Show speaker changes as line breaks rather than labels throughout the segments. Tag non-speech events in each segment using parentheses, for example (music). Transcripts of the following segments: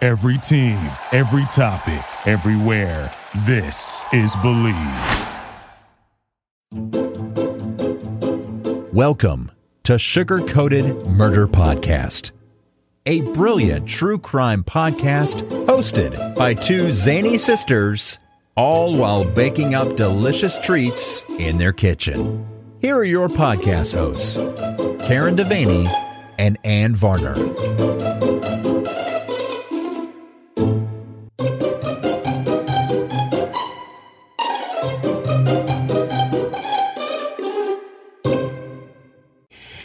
Every team, every topic, everywhere. This is Believe.
Welcome to Sugar Coated Murder Podcast, a brilliant true crime podcast hosted by two zany sisters, all while baking up delicious treats in their kitchen. Here are your podcast hosts, Karen Devaney and Ann Varner.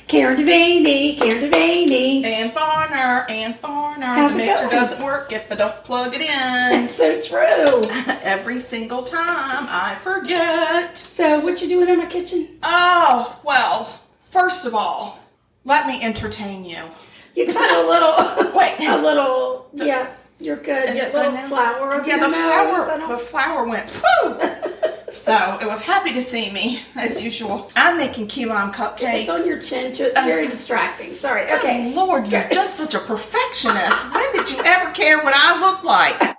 Karen Devaney, Karen Devaney.
And Farner, and Farner.
How's it
the mixer
going?
doesn't work if I don't plug it in.
(laughs) That's so true.
Every single time I forget.
So, what you doing in my kitchen?
Oh, well, first of all, let me entertain you.
You got a little, (laughs)
Wait.
a little, yeah, you're good.
Is
You
it
got a little
good now?
flower up
yeah,
your
the
nose. I
flower, the
don't-
flower went (laughs) phew. so it was happy to see me as usual. I'm making key lime
(laughs)
cupcakes.
it's on your chin too. It's very distracting. Sorry.
Good
Okay.
Lord, you're
Good.
just such a perfectionist. When did you ever care what I
(laughs)
look like?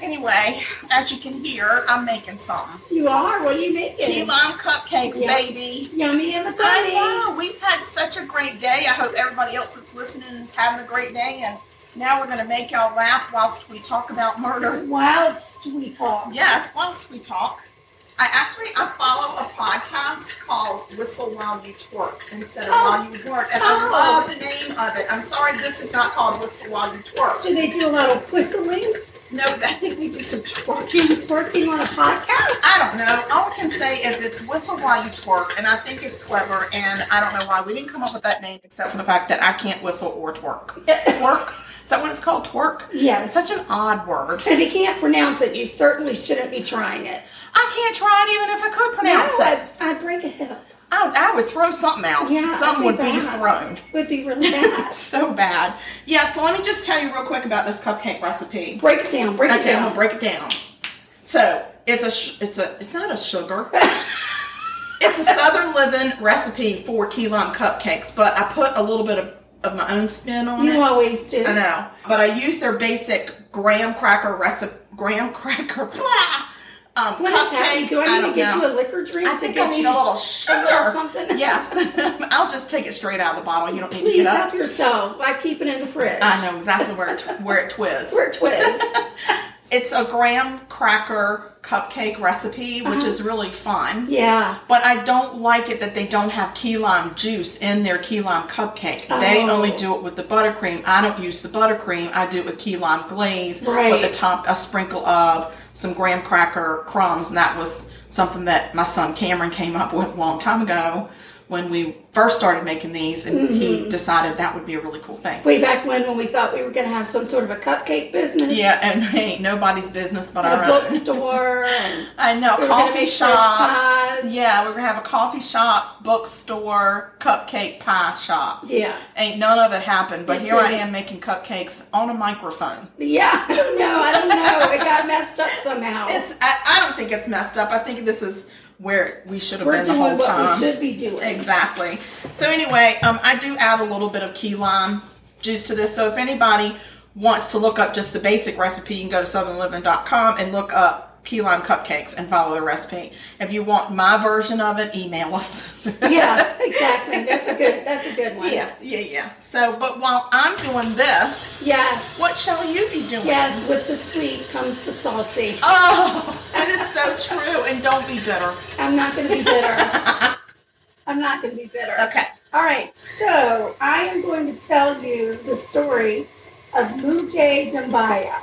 Anyway, as you can hear, I'm making something.
You are. What are you
Key
making?
lime cupcakes,
Yeah.
baby.
Yummy and funny.
I know. We've had such a great day. I hope everybody else that's listening is having a great day. And now we're going to make y'all laugh whilst we talk about murder.
Wild sweet talk.
Yes, whilst we talk. I actually I follow a podcast called Whistle While You Twerk instead of
Oh.
While You Work, and I
Oh.
love the name of it. I'm sorry, this is not called Whistle While You Twerk.
Do they do a lot of whistling,
No, (laughs) I think we do some twerking.
twerking on a podcast?
I don't know. All I can say is it's whistle while you twerk, and I think it's clever. And I don't know why we didn't come up with that name, except for the fact that I can't whistle
(laughs)
or twerk. twerk is that what it's called? Twerk.
Yes.
It's such an odd word.
And if you can't pronounce it, you certainly shouldn't be trying it.
I can't try it, even if I could pronounce
No,
it.
I'd, I'd break a hip.
I, I would throw something out.
Yeah,
something would
that'd be
be
bad.
thrown.
Would be really bad. (laughs)
So bad. Yeah. So let me just tell you real quick about this cupcake recipe.
break it down. Break
Break
it
it down.
down.
Break it down. So it's a sh- it's a it's not
(laughs)
a sugar. it's a Southern Living recipe for key lime cupcakes, but I put a little bit of, of my own spin on it.
You always do.
I know, but I use their basic graham cracker recipe. Graham cracker. (laughs) Blah, um,
What is happening?
cupcake.
Do I need to
don't
get
know.
you a liquor drink?
I think
to get
I need
you
a little
a
sugar.
little something. (laughs)
(laughs) Yes. I'll just take it straight out of the bottle. You don't need to
Please
get up.
help yourself by keeping it in the fridge.
I know exactly where it, tw- where it twists.
We're
(laughs)
twins.
It's a graham cracker cupcake recipe, which is really fun.
Uh-huh. yeah.
But I don't like it that they don't have key lime juice in their key lime cupcake. They
Oh.
only do it with the buttercream. I don't use the buttercream. I do it with key lime glaze
Right.
with a top a sprinkle of some graham cracker crumbs, and that was something that my son Cameron came up with a long time ago when we first started making these, and
Mm-hmm.
he decided that would be a really cool thing.
Way back when, when we thought we were going to have some sort of a cupcake business.
Yeah, and ain't nobody's business but
A
our own.
bookstore.
(laughs)
And
I know,
we were gonna
coffee
make
shop.
French pies.
Yeah, we're gonna have a coffee shop, bookstore, cupcake pie shop.
Yeah.
Ain't none of it happened, but
It
here I
didn't.
am making cupcakes on a microphone.
Yeah. (laughs) I don't know. I don't know. It got messed up somehow.
It's I, I don't think it's messed up. I think this is where we should have
we're
been the
doing
whole
what
time.
we should be doing.
Exactly. So anyway, um, I do add a little bit of key lime juice to this. So if anybody wants to look up just the basic recipe, you can go to southernliving.com and look up key lime cupcakes and follow the recipe. If you want my version of it, email
(laughs)
us. (laughs)
Yeah, exactly. That's a good. That's a good one.
yeah, yeah, yeah. So, but while I'm doing this,
Yes.
what shall you be doing?
Yes. With the sweet comes the salty.
Oh, (laughs) that is so true. And don't be bitter.
I'm not going to be
(laughs)
bitter. I'm not going to be bitter.
Okay.
All right. So I am going to tell you the story of Mujay Dambaya.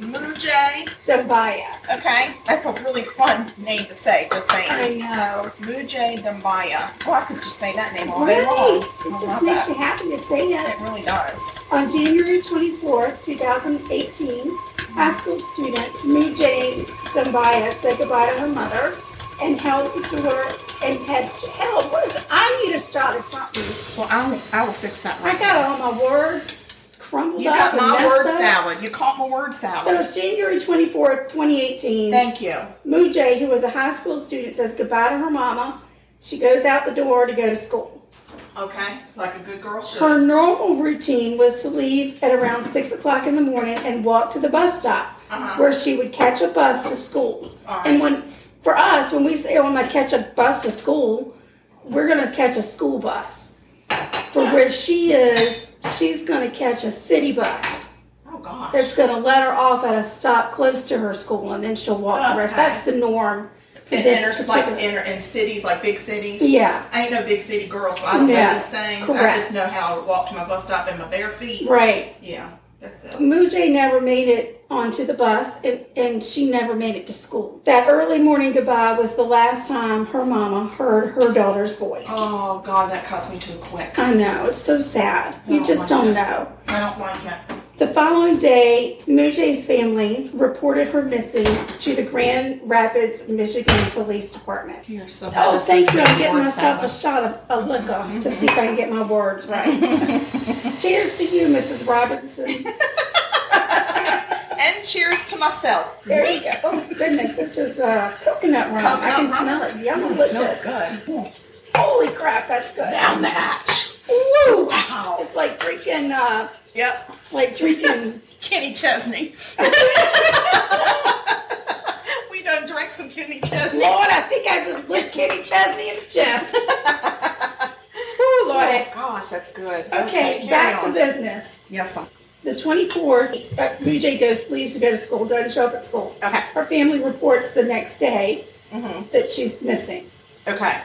Moo J.
Dambaya.
Okay. That's a really fun name to say, just saying.
I know.
Mujay Dambaya. Oh, I could just say that name all day long.
Right. It
I
just
love
makes you
that.
happy to say it.
It really does.
On January 24th, 2018, high school student Mujay Dambaya said goodbye to her mother and held the door and had held. What is, I need a shot of something.
Well, I'll, I will fix that right
I got all my words crumbled
You
up.
got
and
my
messed
word
up.
salad. You caught my word
So
salad.
it's January 24th, 2018.
Thank you.
Mujay, who was a high school student, says goodbye to her mama. She goes out the door to go to school.
Okay, like a good girl should.
Her normal routine was to leave at around six o'clock in the morning and walk to the bus stop,
Uh-huh.
where she would catch a bus to school. And when, for us, when we say, "Oh, I'm gonna catch a bus to school," we're gonna catch a school bus. For where she is, she's gonna catch a city bus
oh gosh.
that's gonna let her off at a stop close to her school, and then she'll walk the rest.
Okay.
That's the norm. for
in,
this
inner, like
particular-
inner, in cities, like big cities.
Yeah.
I ain't no big city girl, so I don't
No,
know these things. I
correct.
just know how to walk to my bus stop in my bare feet.
right.
Yeah, that's it.
Mujay never made it onto the bus, and, and she never made it to school. That early morning goodbye was the last time her mama heard her daughter's voice.
Oh God, that cuts me to the quick.
I know, it's so sad. You
Oh, my
just don't
God.
know.
I don't like it.
The following day, Mujay's family reported her missing to the Grand Rapids, Michigan Police Department.
You're so
Oh, thank you. I'm getting
Word
myself a
salad.
shot of a liquor to see if I can get my words right.
Mm-hmm.
Cheers to you, Mrs. Robertson.
And cheers to myself.
There you go. Oh, goodness, this is uh, coconut rum. I
Coconut
can
rum?
smell it. Yum,
Smells
delicious.
good.
Holy crap, that's good.
Now match.
Woo!
Wow.
It's like drinking, uh,
Yep.
like
(laughs)
drinking.
Kenny Chesney. (laughs) we done drank some Kenny Chesney.
Lord, I think I just lit Kitty Chesney in the chest. (laughs) Woo, Lord.
Oh, gosh, that's good.
Okay,
carry
back to
on.
business.
Yes, sir.
The 24th, uh, BJ goes, leaves to go to school, doesn't show up at school.
Okay.
Her family reports the next day
Mhm.
that she's missing.
Okay.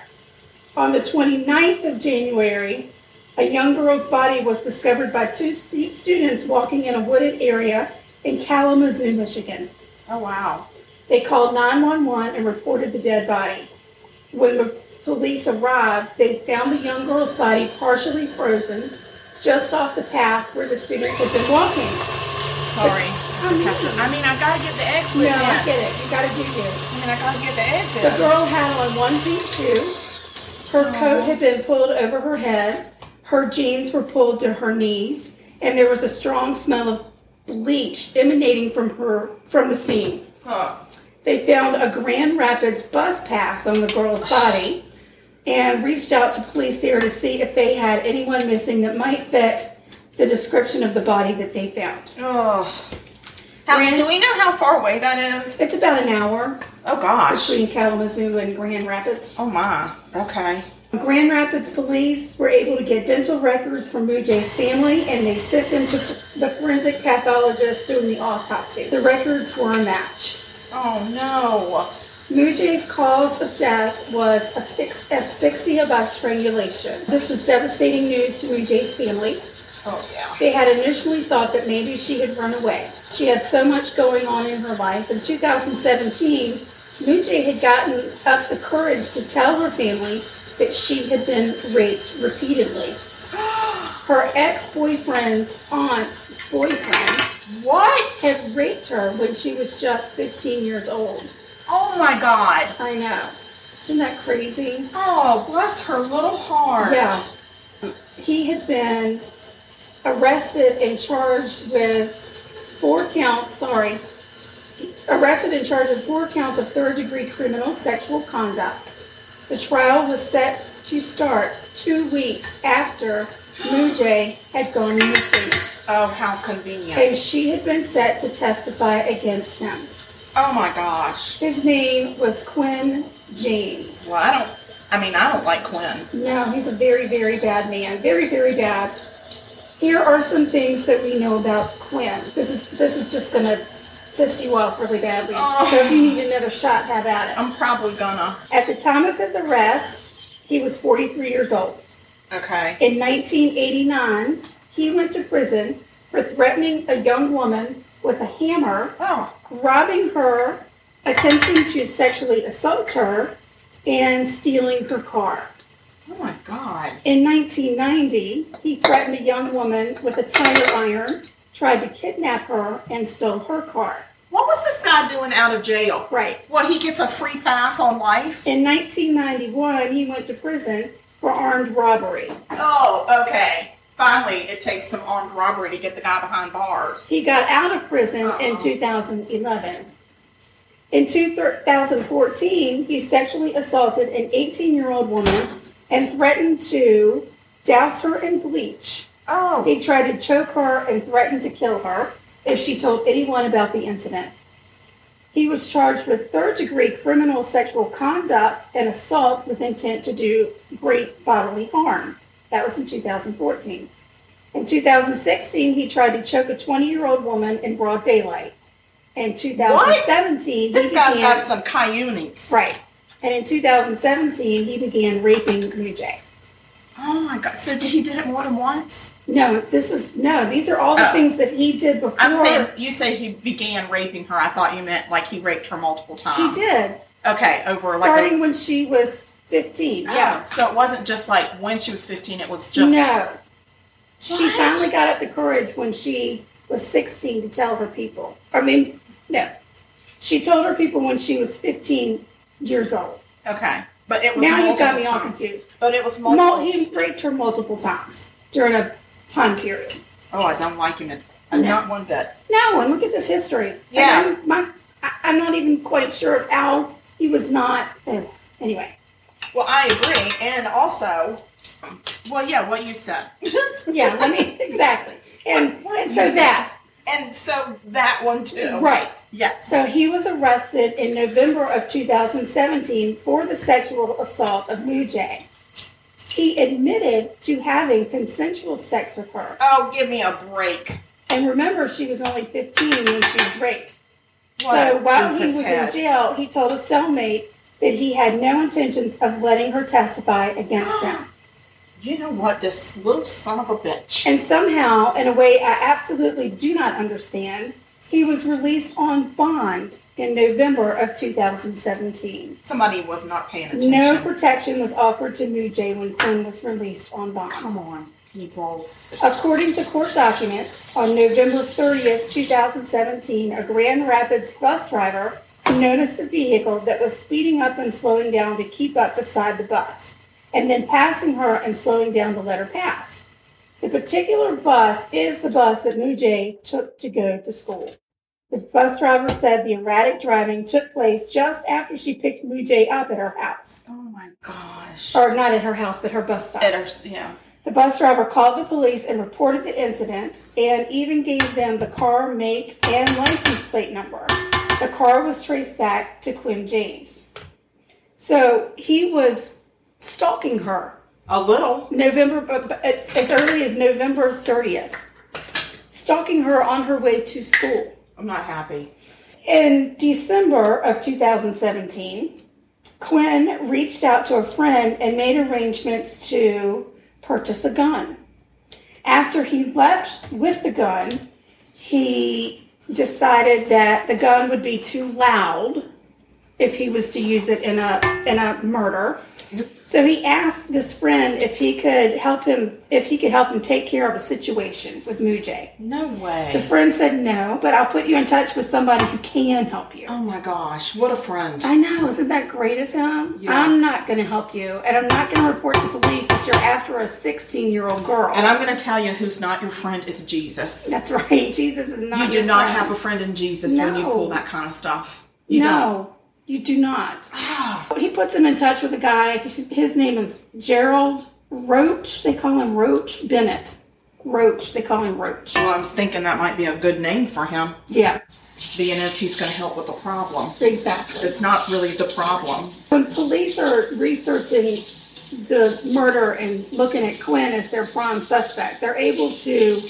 On the 29th of January, a young girl's body was discovered by two stu- students walking in a wooded area in Kalamazoo, Michigan.
Oh wow.
They called 911 and reported the dead body. When the police arrived, they found the young girl's body partially frozen just off the path where the students had been walking.
Sorry. I just have to- I mean, I gotta get the exit.
Oh, No, I
in.
get it. You gotta do you.
I mean, I gotta get the exit.
The girl had on one pink shoe. Her coat had been pulled over her head. Her jeans were pulled to her knees, and there was a strong smell of bleach emanating from her from the scene.
Huh.
They found a Grand Rapids bus pass on the girl's body and reached out to police there to see if they had anyone missing that might fit the description of the body that they found.
Oh. How,
Ran-
do we know how far away that is?
It's about an hour
Oh gosh.
between Kalamazoo and Grand Rapids.
Oh my. Okay.
Grand Rapids police were able to get dental records from Mujay's family and they sent them to the forensic pathologist doing the autopsy. The records were a match.
Oh no.
Mujay's cause of death was asphyx- asphyxia by strangulation. This was devastating news to Mujay's family.
Oh yeah.
They had initially thought that maybe she had run away. She had so much going on in her life. In 2017, Mujay had gotten up the courage to tell her family that she had been raped repeatedly. (gasps) Her ex-boyfriend's aunt's boyfriend
What?
had raped her when she was just 15 years old.
Oh my God.
I know. Isn't that crazy?
Oh, bless her little heart.
Yeah. He had been arrested and charged with four counts, sorry, arrested and charged with four counts of third degree criminal sexual conduct. The trial was set to start two weeks after Mujay had gone missing,
Oh, how convenient.
and she had been set to testify against him.
oh my gosh.
His name was Quinn James.
Well, I don't. I mean, I don't like Quinn.
No, he's a very, very bad man. Very, very bad. Here are some things that we know about Quinn. This is this is just gonna piss you off really badly.
Oh.
So if you need another shot, have at it.
I'm probably gonna.
At the time of his arrest, he was 43 years old.
Okay.
In 1989, he went to prison for threatening a young woman with a hammer
Oh.
robbing her, attempting to sexually assault her, and stealing her car.
Oh my God.
In 1990, he threatened a young woman with a tire iron, tried to kidnap her, and stole her car.
What was this guy doing out of jail?
Right.
What? He gets a free pass on life?
In 1991, he went to prison for armed robbery.
Oh, okay. Finally, it takes some armed robbery to get the guy behind bars.
He got out of prison in
Uh-oh.
2011. In 2014, he sexually assaulted an 18 year old woman and threatened to douse her in bleach.
Oh.
He tried to choke her and threatened to kill her if she told anyone about the incident. He was charged with third degree criminal sexual conduct and assault with intent to do great bodily harm. That was in 2014. In 2016, he tried to choke a 20 year old woman in broad daylight. In 2017,
This
he
guy's
began,
got some coyotes.
right. And in 2017, he began raping Mujay.
Oh my god. So did he did it more than once?
No, this is no. These are all the
Oh.
things that he did before.
I'm saying you say he began raping her. I thought you meant like he raped her multiple
He
times.
did.
Okay, over like
Starting
a,
when she was 15.
yeah.
Yeah.
So it wasn't just like when she was 15. It was Oh, just
no. She
What?
finally got up the courage when she was 16 to tell her people. I mean, no. She told her people when she was 15 years old.
okay. But it was
now you
multiple
got me all
times.
confused.
But it was multiple.
Mul- he raped her multiple times during a time period.
oh, I don't like him. I'm
No.
not one bit.
No, and look at this history. Like,
Yeah.
I'm, my, I, I'm not even quite sure of how he was not. Anyway.
Well, I agree, and also, well, yeah, what you said.
(laughs) Yeah, I mean, (laughs) exactly. And,
(laughs) What-
and so that,
And so that one too.
right.
Yes.
So he was arrested in November of 2017 for the sexual assault of Mujay. He admitted to having consensual sex with her.
Oh, give me a break.
And remember, she was only 15 when she was raped.
What
so
a
while he
doofus
was
head.
in jail, he told a cellmate that he had no intentions of letting her testify against
(gasps)
him.
You know what? This little son of a bitch.
And somehow, in a way I absolutely do not understand, he was released on bond in November of 2017.
Somebody was not paying attention.
No protection was offered to Mujay when Quinn was released on bond.
Come on, people.
According to court documents, on November 30th, 2017, a Grand Rapids bus driver noticed the vehicle that was speeding up and slowing down to keep up beside the bus, and then passing her and slowing down to let her pass. The particular bus is the bus that Mujay took to go to school. The bus driver said the erratic driving took place just after she picked Mujay up at her house.
Oh my gosh.
Or not at her house, but her bus stop.
Better- yeah.
The bus driver called the police and reported the incident and even gave them the car make and license plate number. The car was traced back to Quinn James. So he was stalking her
A little.
November but- but as early as November 30th, stalking her on her way to school.
I'm not happy.
In December of 2017, Quinn reached out to a friend and made arrangements to purchase a gun. After he left with the gun, he decided that the gun would be too loud if he was to use it in a in a murder. So he asked this friend if he could help him if he could help him take care of a situation with Mujay.
No
The
way.
friend said no, but I'll put you in touch with somebody who can help you.
Oh my gosh. What a friend.
I know, isn't that great of him?
Yeah.
I'm not going to help you, and I'm not going to report to police that you're after a 16 year old girl.
And I'm going to tell you who's not your friend is Jesus.
That's right. Jesus is not.
You do
your
not
friend.
have a friend in Jesus when you
No.
pull that kind of stuff. You don't.
no, you do not. he puts him in touch with a guy. His, his name is Gerald Roach. They call him Roach Bennett. Roach. They call him Roach.
Well, I was thinking that might be a good name for him,
Yeah,
being as he's going to help with the problem.
exactly.
It's not really the problem.
When police are researching the murder and looking at Quinn as their prime suspect, they're able to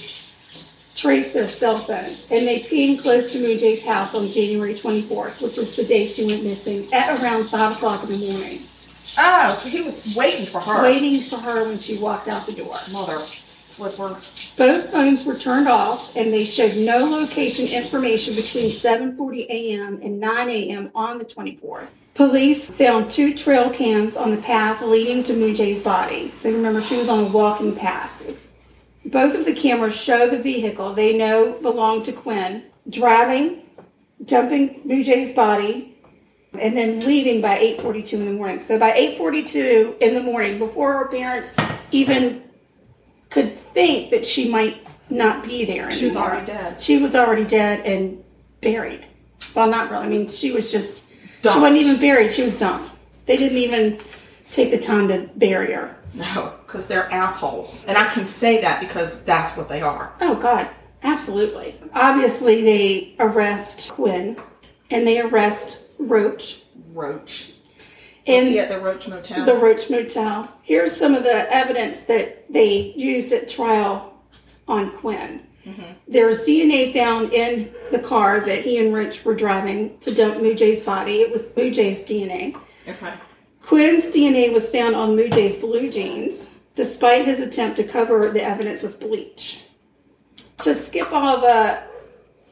trace their cell phone. And they pinged close to Mujay's house on January 24th, which was the day she went missing, at around 5 o'clock in the morning,
Oh, so he was waiting for her.
waiting for her when she walked out the door.
Mother flipper.
Both phones were turned off, and they showed no location information between 7:40 a.m. and 9 a.m. on the 24th. Police found two trail cams on the path leading to Mujay's body. So remember, she was on a walking path. Both of the cameras show the vehicle they know belonged to Quinn driving, dumping Mujay's body, and then leaving by 8:42 in the morning. So by 8:42 in the morning, before her parents even could think that she might not be there.
She was
anymore.
already dead.
She was already dead and buried. Well, not really. I mean, she was just she
Dumped.
wasn't even buried. She was dumped. They didn't even take the time to bury her.
No, because they're assholes. And I can say that because that's what they are.
Oh, God. Absolutely. Obviously, they arrest Quinn and they arrest Roach
Roach.
and
See at the Roach Motel.
the Roach Motel. Here's some of the evidence that they used at trial on Quinn. There's DNA found in the car that he and Roach were driving to dump Mujay's body. It was Mujay's DNA.
okay.
Quinn's DNA was found on Mujay's blue jeans, despite his attempt to cover the evidence with bleach. To skip all the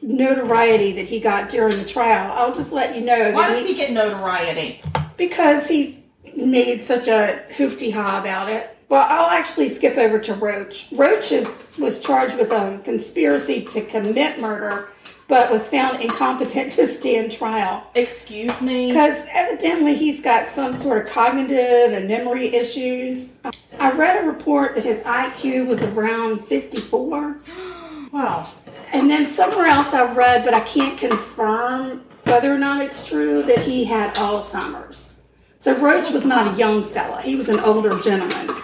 notoriety that he got during the trial, I'll just let you know
Why
that
does he get notoriety?
because he made such a hoopty ha about it. Well, I'll actually skip over to Roach. Roach is, was charged with um, conspiracy to commit murder, but was found incompetent to stand trial.
Excuse me.
Because evidently he's got some sort of cognitive and memory issues. I read a report that his IQ was around 54.
Well,
And then somewhere else I read, but I can't confirm whether or not it's true, that he had Alzheimer's. So Roach was not a young fella, he was an older gentleman.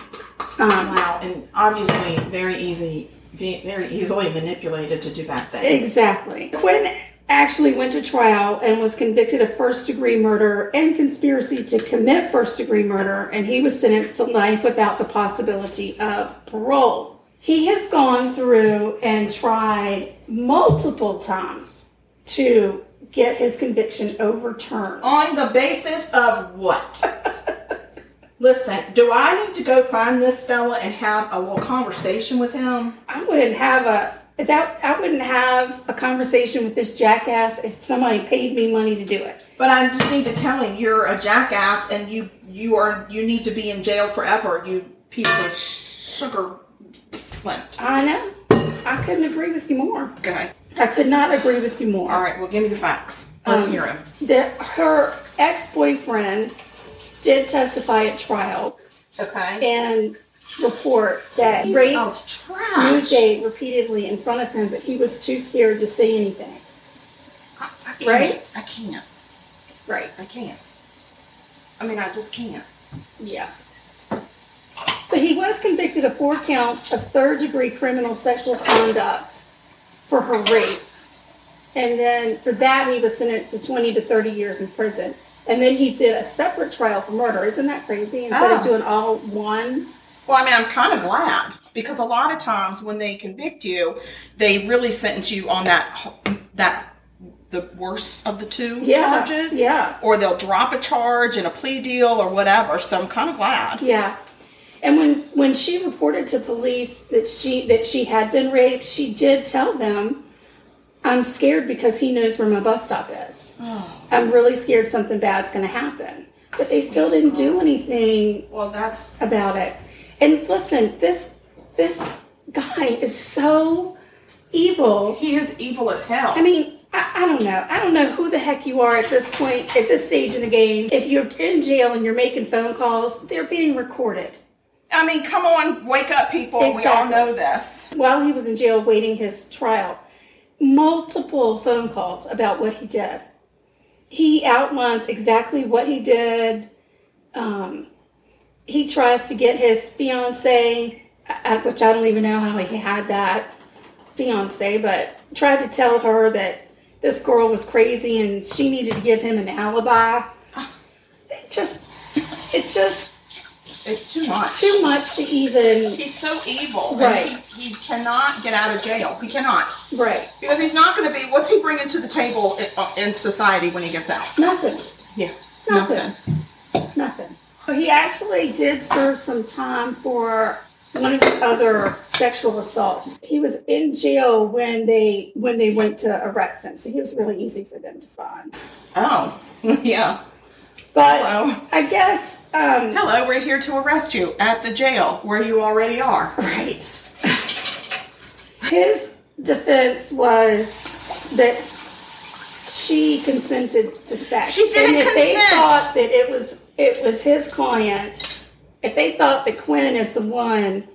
Um,
wow, and obviously very easy, ve- very easily manipulated to do bad things.
Exactly. Quinn actually went to trial and was convicted of first degree murder and conspiracy to commit first degree murder, and he was sentenced to life without the possibility of parole. He has gone through and tried multiple times to get his conviction overturned.
On the basis of (laughs) what? Listen, do I need to go find this fella and have a little conversation with him?
I wouldn't have a that I wouldn't have a conversation with this jackass if somebody paid me money to do it.
But I just need to tell him you're a jackass and you you are you need to be in jail forever. You piece of sh- sugar flint.
I know. I couldn't agree with you more.
Okay.
I could not agree with you more.
All right. Well, give me the facts. Let's
Um,
hear him.
That her ex-boyfriend did testify at trial
Okay.
and report that rape
trash.
Mujay repeatedly in front of him, but he was too scared to say anything.
I, I can't.
Right?
I can't.
Right.
I can't. I mean, I just can't.
Yeah. So he was convicted of four counts of third-degree criminal sexual conduct for her rape. And then for that, he was sentenced to 20 to 30 years in prison. And then he did a separate trial for murder. Isn't that crazy? Instead
Oh.
of doing all one.
Well, I mean, I'm kind of glad because a lot of times when they convict you, they really sentence you on that h- that the worst of the two
Yeah,
charges.
yeah.
Or they'll drop a charge in a plea deal or whatever. So I'm kind of glad.
Yeah. And when when she reported to police that she that she had been raped, she did tell them, "I'm scared because he knows where my bus stop is. I'm really scared something bad's going to happen." But they still didn't do anything
Well, that's
about it. And listen, this this guy is so evil.
he is evil as hell.
I mean, I, I don't know. I don't know who the heck you are at this point, at this stage in the game. If you're in jail and you're making phone calls, they're being recorded.
I mean, come on, wake up, people. We all
Exactly.
know this.
While he was in jail waiting his trial, multiple phone calls about what he did. He outlines exactly what he did. Um, he tries to get his fiance, I- I- which I don't even know how he had that fiance, but tried to tell her that this girl was crazy and she needed to give him an alibi. It just, it's just
It's too much.
too much to even.
He's so evil. and
Right.
he, he cannot get out of jail. He cannot.
Right.
Because he's not going to be, what's he bringing to the table in, uh, in society when he gets out?
Nothing.
Yeah.
Nothing. Nothing. He actually did serve some time for one of the other sexual assaults. He was in jail when they when they went to arrest him, so he was really easy for them to find.
Oh, (laughs) yeah.
But
Hello.
I guess um,
Hello, we're here to arrest you at the jail where you already are.
right. His defense was that she consented to sex.
She didn't
and if they
consent.
thought that it was it was his client, if they thought that Quinn is the one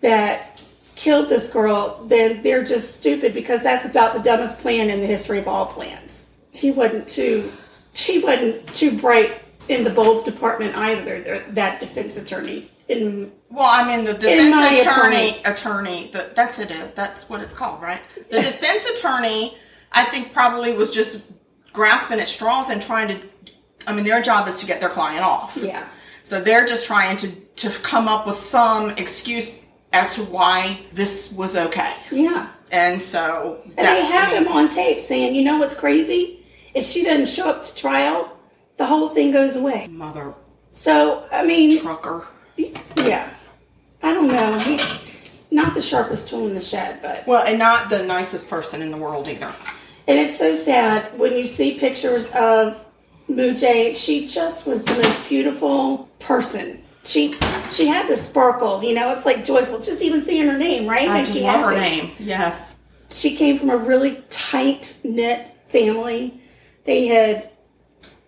that killed this girl, then they're just stupid because that's about the dumbest plan in the history of all plans. He wasn't too she wasn't too bright in the bulb department either, th- that defense attorney. in
Well, I mean, the
In my
defense attorney, attorney, the, that's it, is- that's what it's called, right? The defense attorney, I think probably was just grasping at straws and trying to, I mean, their job is to get their client off.
yeah.
So they're just trying to, to come up with some excuse as to why this was okay.
Yeah.
And so
And they have
I mean,
him on tape saying, you know what's crazy? If she doesn't show up to trial, the whole thing goes away.
mother
So, I mean,
trucker.
yeah. I don't know. He, not the sharpest tool in the shed, but.
Well, and not the nicest person in the world either.
And it's so sad when you see pictures of Mujay. She just was the most beautiful person. She she had the sparkle, you know. It's like joyful. Just even seeing her name, right?
I
Makes
just
you
love her
happy.
name. Yes.
she came from a really tight knit family. They had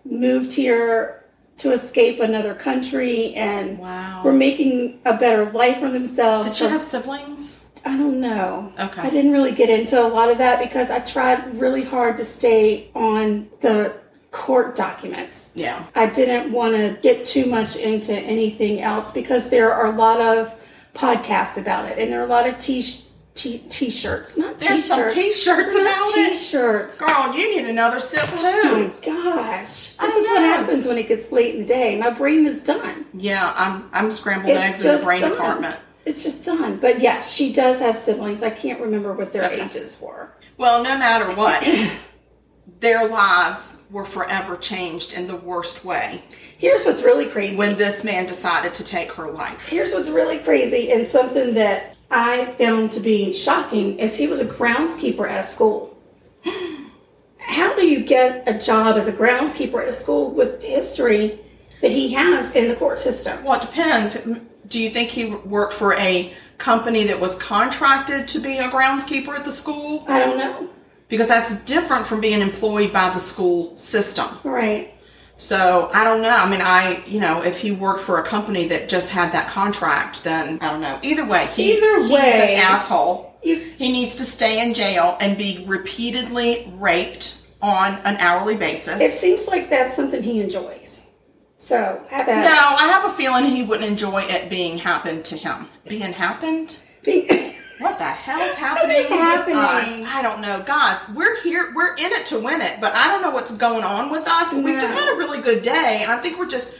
moved here to escape another country and
Wow.
were making a better life for themselves.
Did she have siblings?
I don't know.
Okay.
I didn't really get into a lot of that because I tried really hard to stay on the court documents.
Yeah.
I didn't want to get too much into anything else because there are a lot of podcasts about it and there are a lot of t t t-shirts, not
There's
t-shirts.
some t-shirts about it. Oh
T-shirts.
Girl, you need another sip too.
Oh my gosh.
I
This is what
know.
happens when it gets late in the day. My brain is done.
Yeah, I'm I'm scrambled
It's
eggs in the
just
brain
done.
department.
It's just done. But yeah, she does have siblings. I can't remember what their
Okay.
ages were.
Well, no matter what, (coughs) their lives were forever changed in the worst way
Here's what's really crazy.
when this man decided to take her life.
Here's what's really crazy and something that I found to be shocking is he was a groundskeeper at a
(gasps)
school. How do you get a job as a groundskeeper at a school with the history that he has in the court system?
Well, it depends. Do you think he worked for a company that was contracted to be a groundskeeper at the school?
I don't know.
Because that's different from being employed by the school system.
All right.
So I don't know. I mean, I you know, if he worked for a company that just had that contract, then I don't know. Either way, he,
Either way.
he's an asshole.
You-
He needs to stay in jail and be repeatedly raped on an hourly basis.
It seems like that's something he enjoys. So, how
no,
about
I have a feeling he wouldn't enjoy it being happened to him. Being happened?
being,
What the hell's happening?
is
with
happening?
us? I don't know, guys. We're here. We're in it to win it, but I don't know what's going on with us. But we just
No.
had a really good day, and I think we're just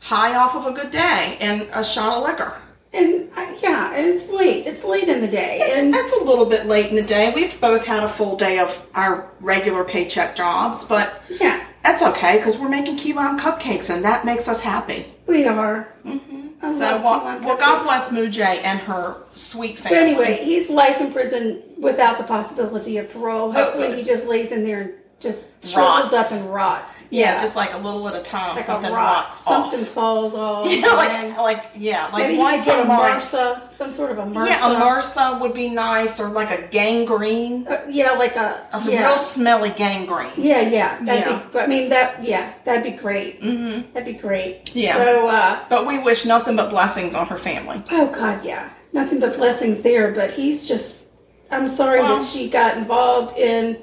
high off of a good day and a shot of liquor.
(laughs) and I, yeah, and it's late. It's late in the day.
It's,
and
that's a little bit late in the day. We've both had a full day of our regular paycheck jobs, but
yeah,
that's okay because we're making key lime cupcakes, and that makes us happy.
we are. I
Mm-hmm. So,
love
well,
Cleveland
well God
cupcakes.
bless Moo Jay and her sweet
So
family.
anyway, he's life in prison without the possibility of parole. Hopefully,
Oh, good.
he just lays in there and just
Rots.
shrivels up and rots.
yeah, just like a little at a time,
Like a
something
rot.
rots off.
Something falls off.
(laughs) Yeah,
and
like, like yeah, like
maybe he
once
could get a
month.
MRSA, some sort of a MRSA.
Yeah, a MRSA would be nice, or like a gangrene,
Uh, yeah, like a
a
yeah.
real smelly gangrene.
yeah, yeah. That'd
Yeah.
be. but I mean, that. Yeah, that'd be great. Mm-hmm. That'd be great.
Yeah.
So, uh,
But we wish nothing but blessings on her family.
oh God, yeah. Nothing but blessings there. But he's just. I'm sorry
Well-
that she got involved in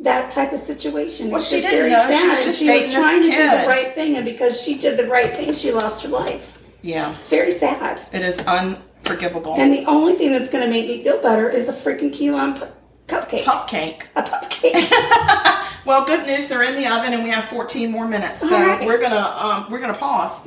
that type of situation.
Well,
It's
she
just very
didn't know. She
Sad.
was
and
just
she was
dating this
trying to do
kid.
the right thing, and because she did the right thing, she lost her life.
Yeah,
Very sad.
it is unforgivable.
And the only thing that's going to make me feel better is a freaking key lime pu- cupcake.
Cupcake.
a cupcake.
Well, good news, they're in the oven, and we have 14 more minutes, so
All right.
we're gonna um, we're gonna pause.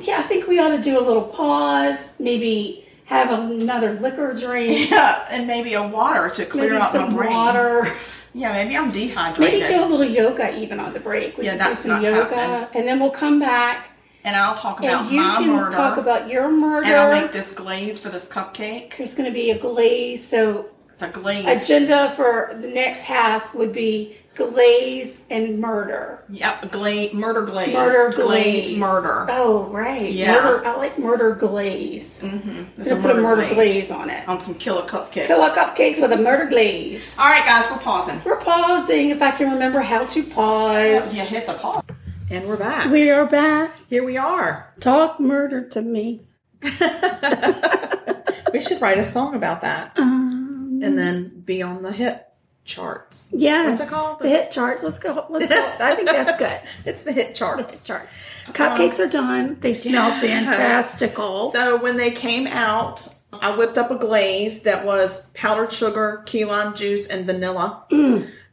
(laughs) yeah, I think we ought to do a little pause. Maybe have another liquor drink.
Yeah, and maybe a water to clear
maybe
out
some
my brain.
water.
Yeah, maybe I'm dehydrated,
Maybe do a little yoga even on the break. We
Yeah,
can
that's
do some
not
yoga,
happening.
and then we'll come back
and I'll talk about
and you
my
can
murder,
talk about your murder.
and I'll make this glaze for this cupcake.
There's going to be a glaze. So
It's a glaze.
agenda for the next half would be glaze and murder.
Yep, glaze, murder glaze.
Murder glaze.
Glazed murder.
Oh right.
Yeah.
Murder. I like murder glaze.
Mm-hmm.
I'm gonna put a murder glaze, on it.
On some killer cupcakes.
Killer cupcakes with a murder glaze.
All right, guys, we're pausing.
We're pausing if I can remember how to pause.
You hit the pause. And we're back.
We are back.
Here we are.
Talk murder to me. Uh-huh. Um,
we should write a song about that and then be on the hit charts.
Yes.
What's it called?
The hit charts. Let's go. Let's go. I think that's good.
It's the (laughs) hit charts.
Hit charts. Cupcakes are done. They smell
yes.
fantastical.
So when they came out, I whipped up a glaze that was powdered sugar, key lime juice, and vanilla.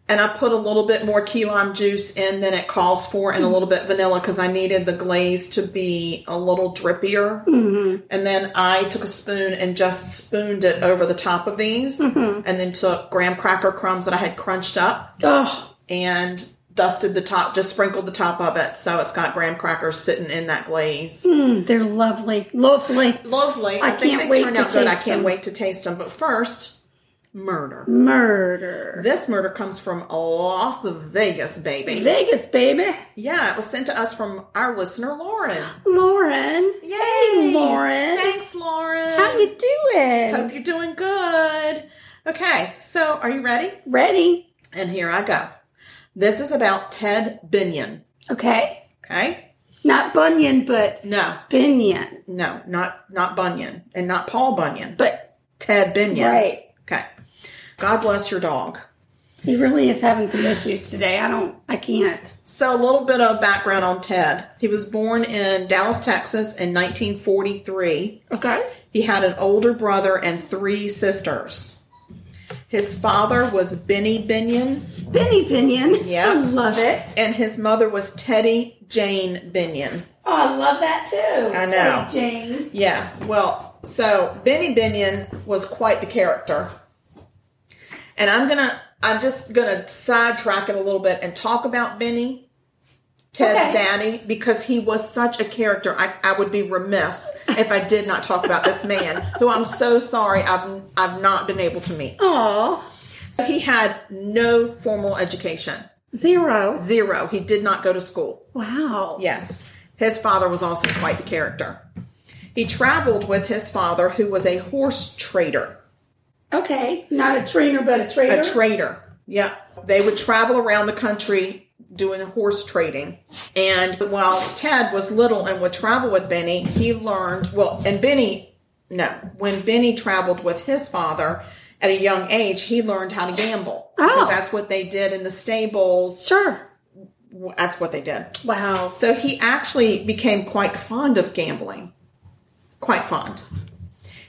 And I put a little bit more key lime juice in than it calls for and a little bit vanilla because I needed the glaze to be a little drippier. And then I took a spoon and just spooned it over the top of these and then took graham cracker crumbs that I had crunched up
oh,
and dusted the top, just sprinkled the top of it. So it's got graham crackers sitting in that glaze.
mm, they're lovely. Lovely.
Lovely.
I
I, think
can't
they
wait
turned
to
out good. I
taste
can't
them.
wait to taste them. But first, murder.
Murder.
This murder comes from Las Vegas, baby.
Vegas, baby.
yeah, it was sent to us from our listener, Lauren.
Lauren.
Yay,
Hey, Lauren.
Thanks, Lauren.
How you doing?
Hope you're doing good. Okay, so are you ready?
Ready?
And here I go. This is about Ted Binion.
Okay.
Okay?
Not Bunyan, but
No,
Binion.
no, not not Bunyan, and not Paul Bunyan, but
But
Ted Binion.
right.
Okay. God bless your dog.
He really is having some issues today. I don't. I can't.
So, a little bit of background on Ted. He was born in Dallas, Texas in 1943.
Okay.
He had an older brother and three sisters. His father was Benny Binion,
Benny Pinion.
Yeah.
I love it.
and his mother was Teddy Jane Binion.
Oh, I love that too.
I know.
Say, Jane.
Yes, well, so Benny Binion was quite the character. And I'm going to, I'm just going to sidetrack it a little bit and talk about Benny, Ted's
Okay.
daddy, because he was such a character. I, I would be remiss if I did not talk about this man, who I'm so sorry I've, I've not been able to meet.
Oh,
So he had no formal education.
zero.
Zero. He did not go to school.
Wow.
Yes. His father was also quite the character. He traveled with his father, who was a horse trader.
Okay. Not a trainer, but a trader.
A trader. Yeah. They would travel around the country doing horse trading. And while Ted was little and would travel with Benny, he learned, well, and Benny, no, when Benny traveled with his father at a young age, he learned how to gamble.
Oh.
Because that's what they did in the stables.
sure.
That's what they did.
Wow.
So he actually became quite fond of gambling. Quite fond.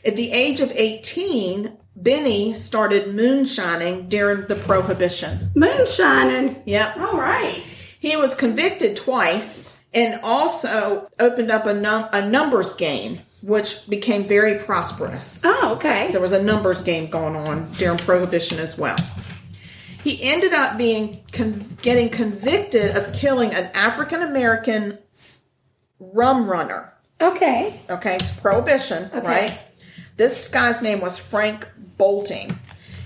At the age of 18, Benny started moonshining during the Prohibition.
Moonshining.
Yep.
All right.
He was convicted twice and also opened up a, num- a numbers game, which became very prosperous.
Oh, okay.
There was a numbers game going on during Prohibition as well. He ended up being con- getting convicted of killing an African American rum runner.
Okay.
Okay, it's Prohibition,
Okay.
right? This guy's name was Frank Bolting,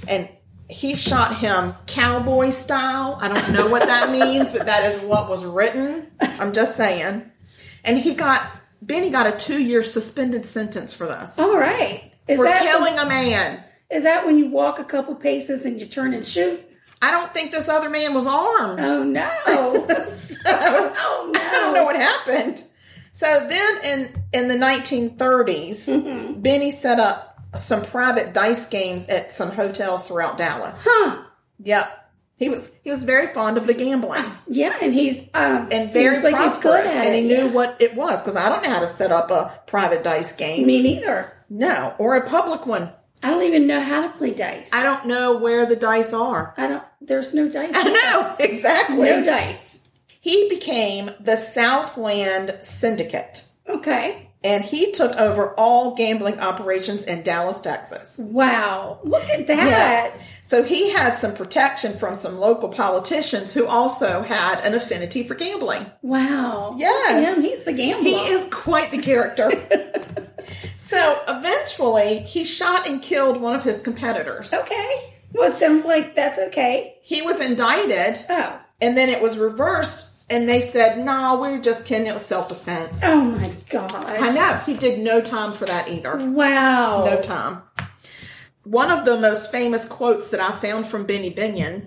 and he shot him cowboy style. I don't know
(laughs)
what that means, but that is what was written. I'm just saying. And he got Benny got a two year suspended sentence for this
All right. Is
for
Oh, that
killing a man.
is that when you walk a couple paces and you turn and shoot?
I don't think this other man was armed.
Oh no.
(laughs) So,
oh no.
I don't know what happened. So then in in the 1930s,
Mm-hmm.
Benny set up some private dice games at some hotels throughout Dallas.
Huh.
Yep. He was he was very fond of the gambling
Yeah, and he's um,
and very
Ah, seems like he's good
prosperous
at
and he
it.
knew what it was cuz I don't know how to set up a private dice game.
Me neither.
no, or a public one.
I don't even know how to play dice.
I don't know where the dice are. (laughs)
I don't. There's no dice.
I know, exactly.
No dice.
He became the Southland Syndicate.
Okay.
and he took over all gambling operations in Dallas, Texas.
Wow. Look at that.
Yeah. So he had some protection from some local politicians who also had an affinity for gambling.
Wow.
Yes.
Him, he's the gambler.
He is quite the character. so eventually, he shot and killed one of his competitors.
Oh. Okay. Well, it sounds like that's okay.
He was indicted,
Oh.
and then it was reversed, and they said, no, we are just kidding, it was self defense.
Oh my gosh.
I know, he did no time for that either.
Wow.
no time. One of the most famous quotes that I found from Benny Binion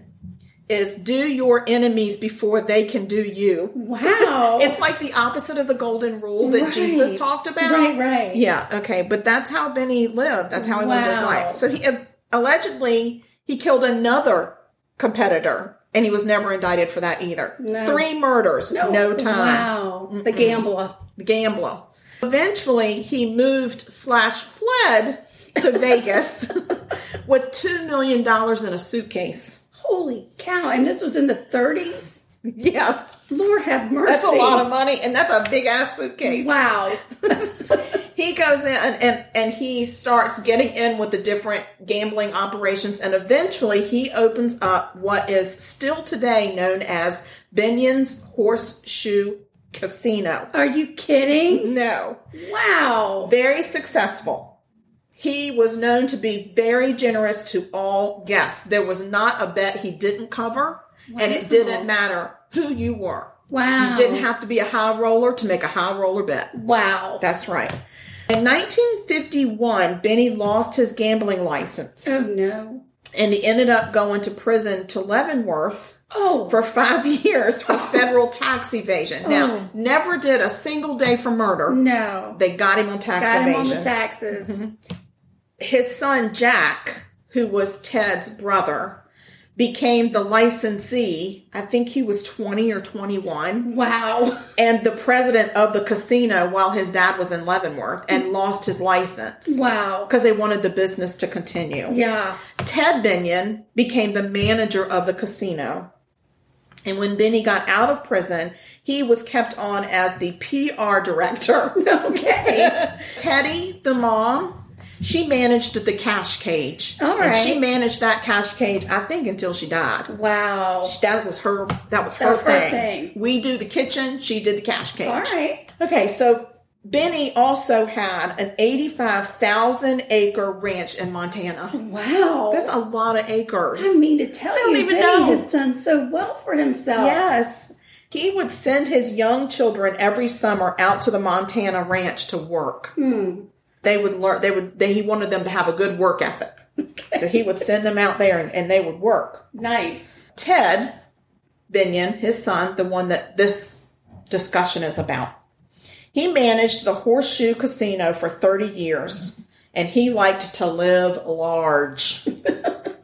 is "Do your enemies before they can do you."
Wow.
(laughs) It's like the opposite of the golden rule that
Right.
Jesus talked about.
Right, right.
Yeah, okay, but that's how Benny lived. That's how he lived his
Wow.
life. So he allegedly he killed another competitor, and he was never indicted for that either.
No.
Three murders, no, time.
Wow. The gambler.
The gambler. Eventually, he moved slash fled (laughs) to Vegas with two million dollars in a suitcase.
Holy cow. And this was in the 30s?
Yeah,
Lord have mercy.
that's a lot of money, and that's a big ass suitcase.
Wow.
he goes in and, and and he starts getting in with the different gambling operations and eventually he opens up what is still today known as Binion's Horseshoe Casino.
Are you kidding?
No,
Wow.
very successful. He was known to be very generous to all guests. There was not a bet he didn't cover and
Wow.
it didn't matter who you were.
Wow.
You didn't have to be a high roller to make a high roller bet.
Wow.
That's right. In 1951, Benny lost his gambling license
oh no.
and he ended up going to prison to Leavenworth
Oh.
for five (laughs) years for federal tax evasion.
Oh.
Now, never did a single day for murder.
no.
They got him on tax
Mm. Got him on
evasion.
the taxes.
(laughs) his son Jack, who was Ted's brother, became the licensee. I think he was 20 or 21.
Wow.
and the president of the casino while his dad was in Leavenworth and lost his license.
Wow.
Because they wanted the business to continue.
Yeah.
Ted Binion became the manager of the casino. And when Benny got out of prison, he was kept on as the PR director. (laughs) Okay. (laughs) Teddy, the mom, she managed the cash cage.
All
And
right.
she managed that cash cage, I think, until she died.
Wow.
That was her. That was her,
That's her
thing.
thing.
We do the kitchen. She did the cash cage.
All right.
Okay, so Benny also had an eighty-five thousand acre ranch in Montana.
Wow.
That's a lot of acres.
Oh. I mean to tell
don't
you,
even
Benny
know.
has done so well for himself.
yes, he would send his young children every summer out to the Montana ranch to work.
Hmm.
They would learn. They would. They, he wanted them to have a good work ethic, so he would send them out there and, and they would work.
Nice.
Ted Binion, his son, the one that this discussion is about, he managed the Horseshoe Casino for 30 years and he liked to live large.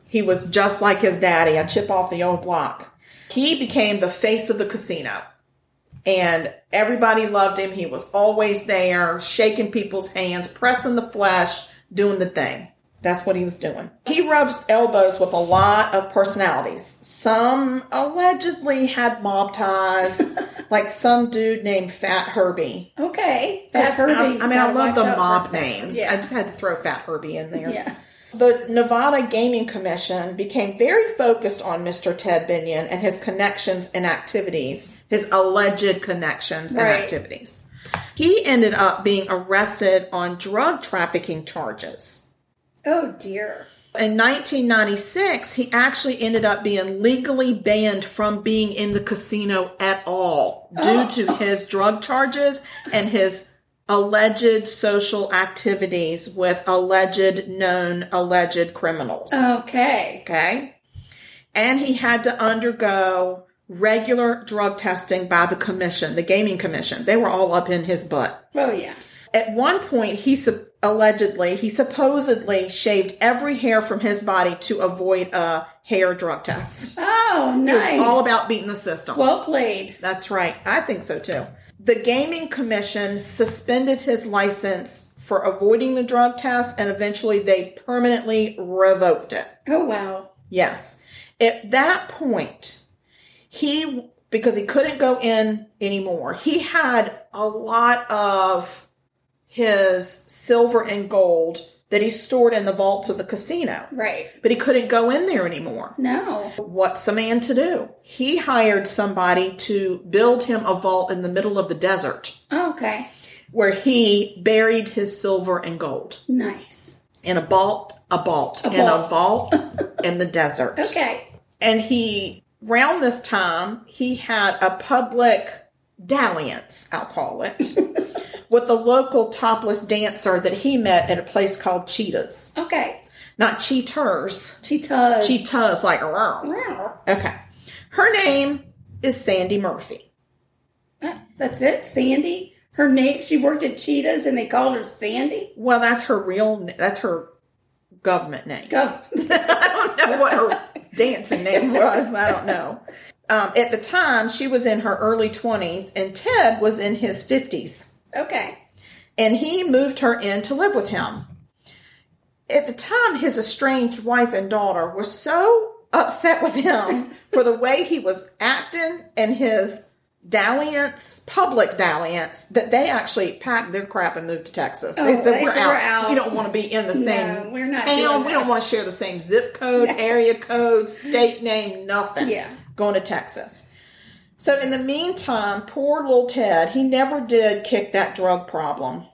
he was just like his daddy, a chip off the old block. He became the face of the casino and everybody loved him. He was always there, shaking people's hands, pressing the flesh, doing the thing. That's what he was doing. He rubs elbows with a lot of personalities. Some allegedly had
(laughs)
mob ties, like some dude named Fat Herbie.
Okay. That's Herbie.
I, I mean, I
Gotta
love
watch
the
out for
mob
that.
names. I
Yeah.
just had to throw Fat Herbie in there.
Yeah.
The Nevada Gaming Commission became very focused on Mr. Ted Binion and his connections and activities, his alleged connections and
Right.
activities. He ended up being arrested on drug trafficking charges.
Oh dear.
In 1996, he actually ended up being legally banned from being in the casino at all due to his drug charges and his alleged social activities with alleged known alleged criminals.
Okay.
Okay. And he had to undergo regular drug testing by the commission, the gaming commission. They were all up in his butt.
Oh yeah.
At one point, he sup- allegedly, he supposedly shaved every hair from his body to avoid a hair drug test.
Oh nice.
It's all about beating the system.
well played.
That's right. I think so too. The gaming commission suspended his license for avoiding the drug test and eventually they permanently revoked it.
Oh wow.
Yes. At that point, he, because he couldn't go in anymore, he had a lot of his silver and gold that he stored in the vaults of the casino,
Right.
but he couldn't go in there anymore.
No.
What's a man to do? He hired somebody to build him a vault in the middle of the desert
Okay.
where he buried his silver and gold
Nice.
in a vault, a vault,
A
in a
vault.
vault in the desert.
(laughs) Okay.
and he round this time he had a public dalliance i'll call it with the local topless dancer that he met at a place called cheetahs
Okay.
not cheaters
Cheetahs.
cheetahs like around
Wow.
okay her name is sandy murphy
Uh, That's it. Sandy. Her name. She worked at Cheetahs, and they called her Sandy.
well that's her real n- that's her government name (laughs)
Go. (laughs)
i don't know what her dancing name was. I don't know. Um, at the time, she was in her early 20s, and Ted was in his 50s,
Okay.
and he moved her in to live with him. At the time, his estranged wife and daughter were so upset
(laughs)
with him for the way he was acting and his dalliance, public dalliance, that they actually packed their crap and moved to Texas.
Oh,
they said,
they
we're,
said,
out.
"We're out."
We don't want to be in the
No,
same
we're not
town.
doing
We don't
that."
want to share the same zip code, area code, state name, nothing.
Yeah.
Going to Texas. So in the meantime, poor little Ted, he never did kick that drug problem.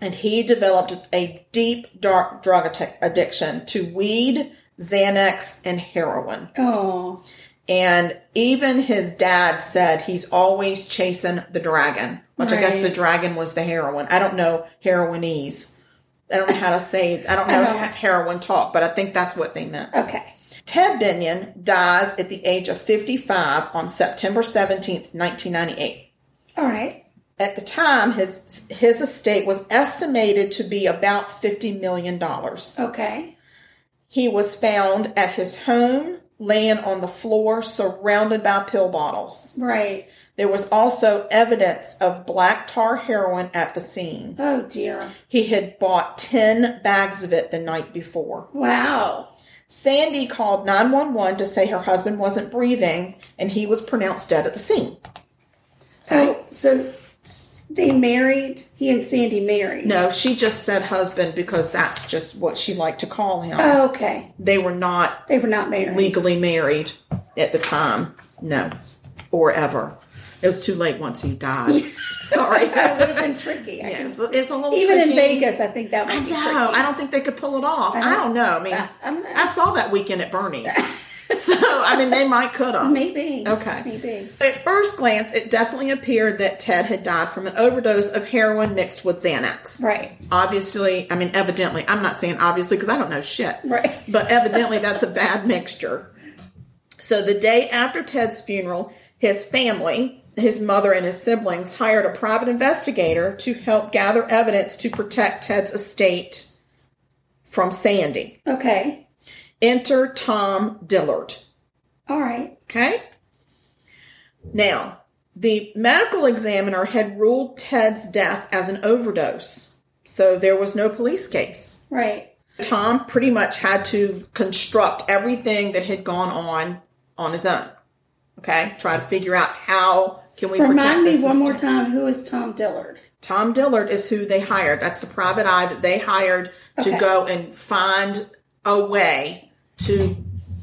And he developed a deep, dark drug atta- addiction to weed, Xanax, and heroin.
Oh.
And even his dad said he's always chasing the dragon, which I guess
Right.
the dragon was the heroin. I don't know heroinese. I don't know how to say it. (laughs) I don't know
I know.
heroin talk, but I think that's what they meant.
Okay.
Ted Binion dies at the age of 55 on September 17th, 1998.
All right.
At the time, his his estate was estimated to be about 50 million dollars.
Okay.
He was found at his home, laying on the floor, surrounded by pill bottles.
Right.
There was also evidence of black tar heroin at the scene.
Oh dear.
He had bought 10 bags of it the night before.
Wow.
Sandy called 911 to say her husband wasn't breathing and he was pronounced dead at the scene.
Oh, so they married. He and Sandy married.
No, she just said husband because that's just what she liked to call him.
Oh, okay.
They were not
They were not married.
legally married at the time. No, or ever. It was too late once he died. Sorry.
That
yeah,
Oh, would have been tricky.
(laughs)
I can
it's, it's a little
Even in
tricky.
Vegas, I think that might
I
be tricky.
know. I don't think they could pull it off.
I
I
know.
don't know. I mean,
Uh, I'm not-
I saw that weekend at (laughs) Bernie's. so, I mean, they might could have.
Maybe.
Okay.
Maybe.
At first glance, it definitely appeared that Ted had died from an overdose of heroin mixed with Xanax.
Right.
Obviously, I mean, evidently, I'm not saying obviously because I don't know shit.
Right. (laughs)
But evidently, that's a bad mixture. So the day after Ted's funeral, his family, his mother, and his siblings hired a private investigator to help gather evidence to protect Ted's estate from Sandy.
Okay.
Enter Tom Dillard.
All right.
Okay? Now, the medical examiner had ruled Ted's death as an overdose, so there was no police case.
Right.
Tom pretty much had to construct everything that had gone on on his own. Okay, try to figure out how can we protect
Remind me
this
one more
system.
time who is Tom Dillard?
Tom Dillard is who they hired. That's the private eye that they hired to
Okay.
go and find a way to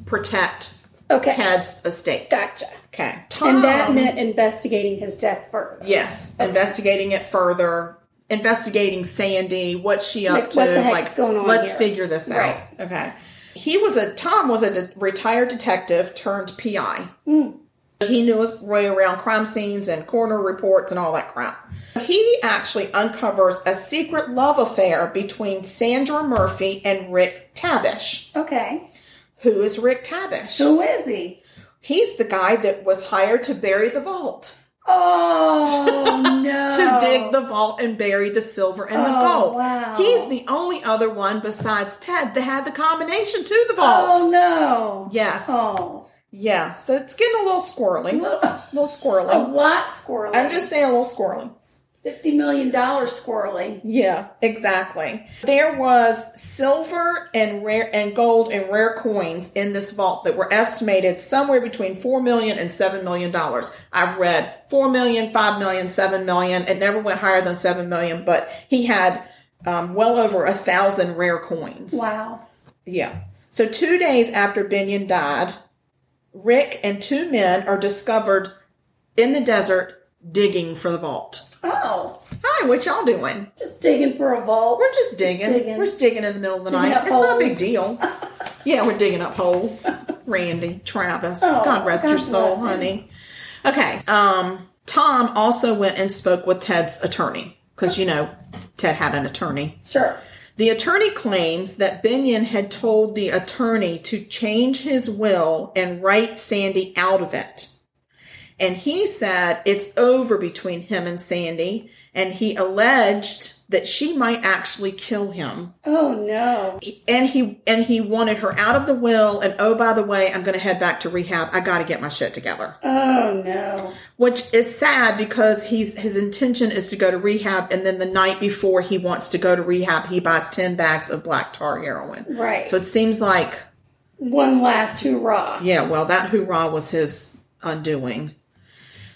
protect
Okay.
Ted's estate.
Gotcha.
Okay, Tom.
And that meant investigating his death further.
yes, investigating it further, investigating Sandy, what's she up
Like,
to?
what the heck's
like,
going on
let's
here?
figure this out.
Right.
Okay. He was a Tom was a de- retired detective turned PI.
Mm.
He knew his way around crime scenes and coroner reports and all that crap. He actually uncovers a secret love affair between Sandra Murphy and Rick Tabish.
Okay.
Who is Rick Tabish?
Who is he?
He's the guy that was hired to bury the vault.
Oh no.
(laughs) to dig the vault and bury the silver and the
Oh,
gold.
wow.
He's the only other one besides Ted that had the combination to the vault.
Oh no.
Yes.
Oh.
Yeah, so it's getting a
(laughs)
little squirrely. A
A
little squirrely.
lot squirrely.
I'm just saying a little squirrely.
fifty million dollars squirrely.
Yeah, exactly. There was silver and rare and gold and rare coins in this vault that were estimated somewhere between four million and seven million dollars. I've read four million, five million, seven million. It never went higher than seven million, but he had um, well over a thousand rare coins.
Wow.
Yeah. So two days after Binion died, Rick and two men are discovered in the desert digging for the vault.
Oh.
Hi, what y'all doing?
Just digging for a vault.
We're just digging.
digging.
We're just digging in the middle of the
Digging
night.
up
It's not a big
holes. (laughs)
deal. yeah, we're digging up holes. Randy, Travis,
Oh,
God rest
God
your
bless
soul,
him.
honey. Okay. Um, Tom also went and spoke with Ted's attorney because you know Ted had an attorney.
Sure.
The attorney claims that Binion had told the attorney to change his will and write Sandy out of it. And he said it's over between him and Sandy. And he alleged that she might actually kill him
Oh no.
and he and he wanted her out of the will and oh by the way i'm going to head back to rehab i got to get my shit together
Oh no.
which is sad because he's his intention is to go to rehab and then the night before he wants to go to rehab he buys 10 bags of black tar heroin
Right.
so it seems like
One last hurrah.
yeah well that hoorah was his undoing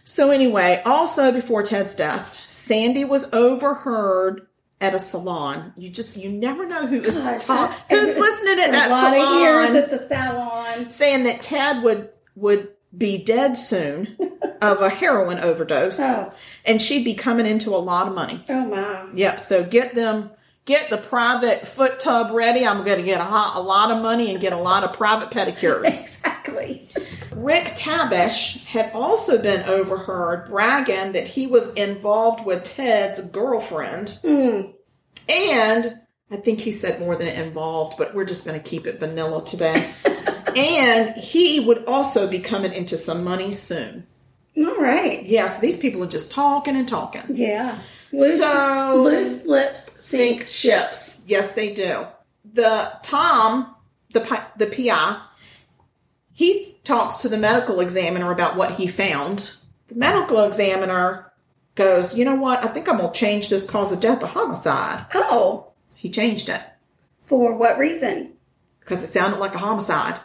so anyway also before ted's death sandy was overheard at a salon you just you never know who is
Gosh,
ta-
I-
Oh, who's listening at
a
that
lot
salon
of ears at the salon.
saying that Tad would would be dead
(laughs)
soon of a heroin overdose,
Oh.
and she'd be coming into a lot of money.
Oh my.
Yep. So get them, get the private foot tub ready. I'm going to get a, hot, a lot of money and get a lot of private pedicures.
Exactly.
Rick Tabish had also been overheard bragging that he was involved with Ted's girlfriend,
Mm.
and I think he said more than involved, but we're just going to keep it vanilla today. and he would also be coming into some money soon.
All right.
Yes, these people are just talking and talking.
Yeah. Loose,
So-
loose lips
Sink
sink.
ships. Yes, they do. The Tom, the pi- the PI, he talks to the medical examiner about what he found. The medical examiner goes, "You know what? I think I'm going to change this cause of death to homicide."
Oh,
He changed it
for what reason?
because it sounded like a homicide.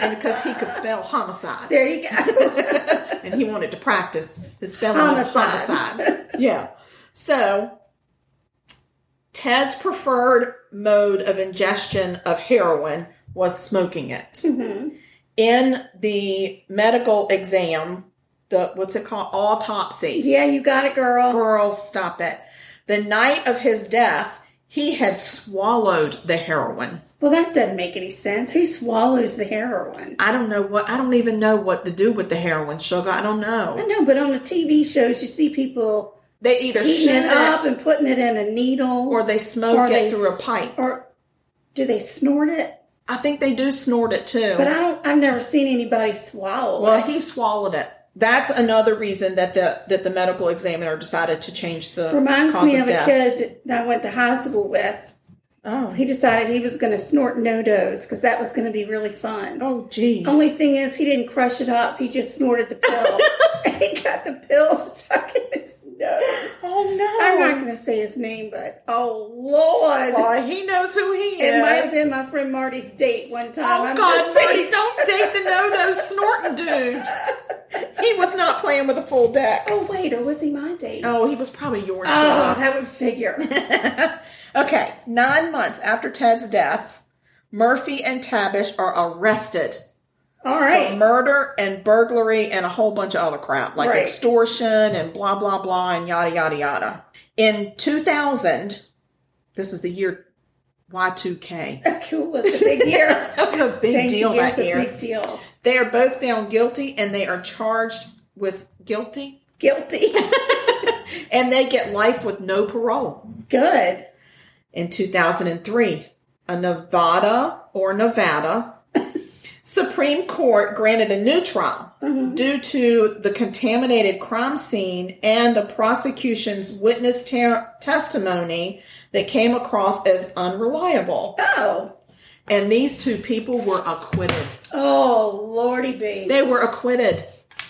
and because he could spell homicide
There you
(laughs)
go.
and he wanted to practice his spelling of
Homicide. (laughs)
homicide. Yeah. So Ted's preferred mode of ingestion of heroin was smoking it.
Mhm.
In the medical exam, the what's it called? Autopsy.
Yeah, you got it, girl.
Girl, stop it. The night of his death, he had swallowed the heroin.
Well, that doesn't make any sense. Who swallows the heroin?
I don't know what I don't even know what to do with the heroin sugar. I don't
I
know.
know, but on the TV shows, you see people
They either shoot
eating it up
it
and putting it in a needle,
or they smoke
or
it
they-
through a pipe.
or do they snort it?
I think they do snort it too.
But I don't. I've never seen anybody swallow.
well,
it.
he swallowed it. That's another reason that the that the medical examiner decided to change the
reminds
cause
me
of,
of a
death.
kid that I went to high school with.
Oh,
He decided he was going to snort no dos because that was going to be really fun.
oh, geez.
Only thing is, he didn't crush it up. He just snorted the
(laughs)
pill. he got the pill stuck in his nose.
oh no!
I'm not going to say his name, but oh Lord,
Boy, he knows who he is.
it might have been my friend Marty's date one time.
Oh
I'm
God,
just
Marty!
saying.
Don't date the no-no snorting
(laughs)
dude. He was not playing with a full deck.
Oh wait, or was he my date? Oh,
Oh, he was probably yours. Sheila.
that would
(laughs)
figure.
okay, nine months after Ted's death, Murphy and Tabish are arrested
All
for
right,
murder and burglary and a whole bunch of other crap, like
Right.
extortion and blah, blah, blah, and yada, yada, yada. In 2000, this is the year
(laughs)
Y2K.
cool was a big year.
That was a (laughs) big
Thank
deal
you.
that
It's a
year.
big deal.
They are both found guilty and they are charged with guilty
Guilty.
(laughs) and they get life with no parole.
Good.
in 2003. A Nevada or Nevada (coughs) Supreme Court granted a new trial
Mhm.
due to the contaminated crime scene and the prosecution's witness ter- testimony that came across as unreliable.
Oh,
And these two people were acquitted.
oh Lordy B,
They were acquitted.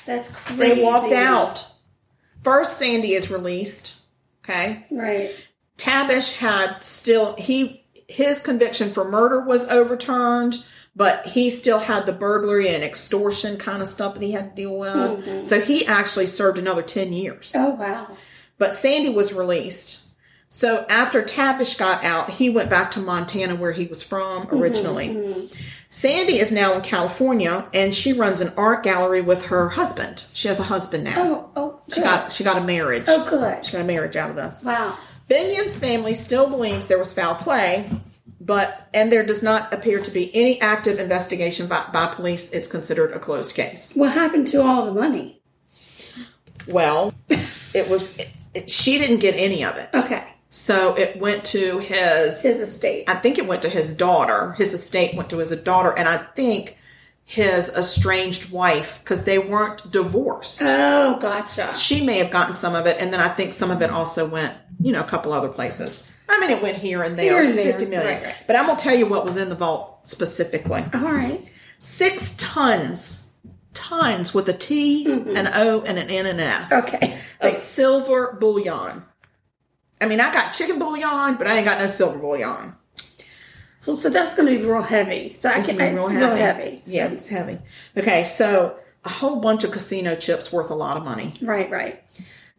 that's crazy.
They walked out. First, Sandy is released. Okay.
Right.
Tabish had still he his conviction for murder was overturned, but he still had the burglary and extortion kind of stuff that he had to deal with.
Mhm.
So he actually served another ten years.
Oh wow.
But Sandy was released. So after Tabish got out, he went back to Montana where he was from
Mm-hmm.
originally. Sandy is now in California and she runs an art gallery with her husband. She has a husband now.
Oh, oh,
she
good.
got she got a marriage.
Oh, good.
She got a marriage out of this.
Wow.
Binion's family still believes there was foul play, but and there does not appear to be any active investigation by, by police. It's considered a closed case.
What happened to all the money?
Well, it was. It, it- she didn't get any of it,
Okay.
so it went to his.
His estate.
I think it went to his daughter. His estate went to his daughter, and I think his estranged wife because they weren't divorced.
Oh, gotcha.
she may have gotten some of it, and then I think some of it also went, you know, a couple other places. I mean, it went here and there,
Here and
it's
there,
fifty million.
right.
But I'm gonna tell you what was in the vault specifically:
All right.
six tons, tons with a T, an O, and an N and an S
Mm-hmm. Okay.
of silver bullion. I mean, I got chicken bullion, but I ain't got no silver bullion.
Well, so that's going to be real heavy. So I
It's
can.
been
it's real heavy.
Yeah,
So-
it's heavy. Okay, so a whole bunch of casino chips worth a lot of money.
Right. Right.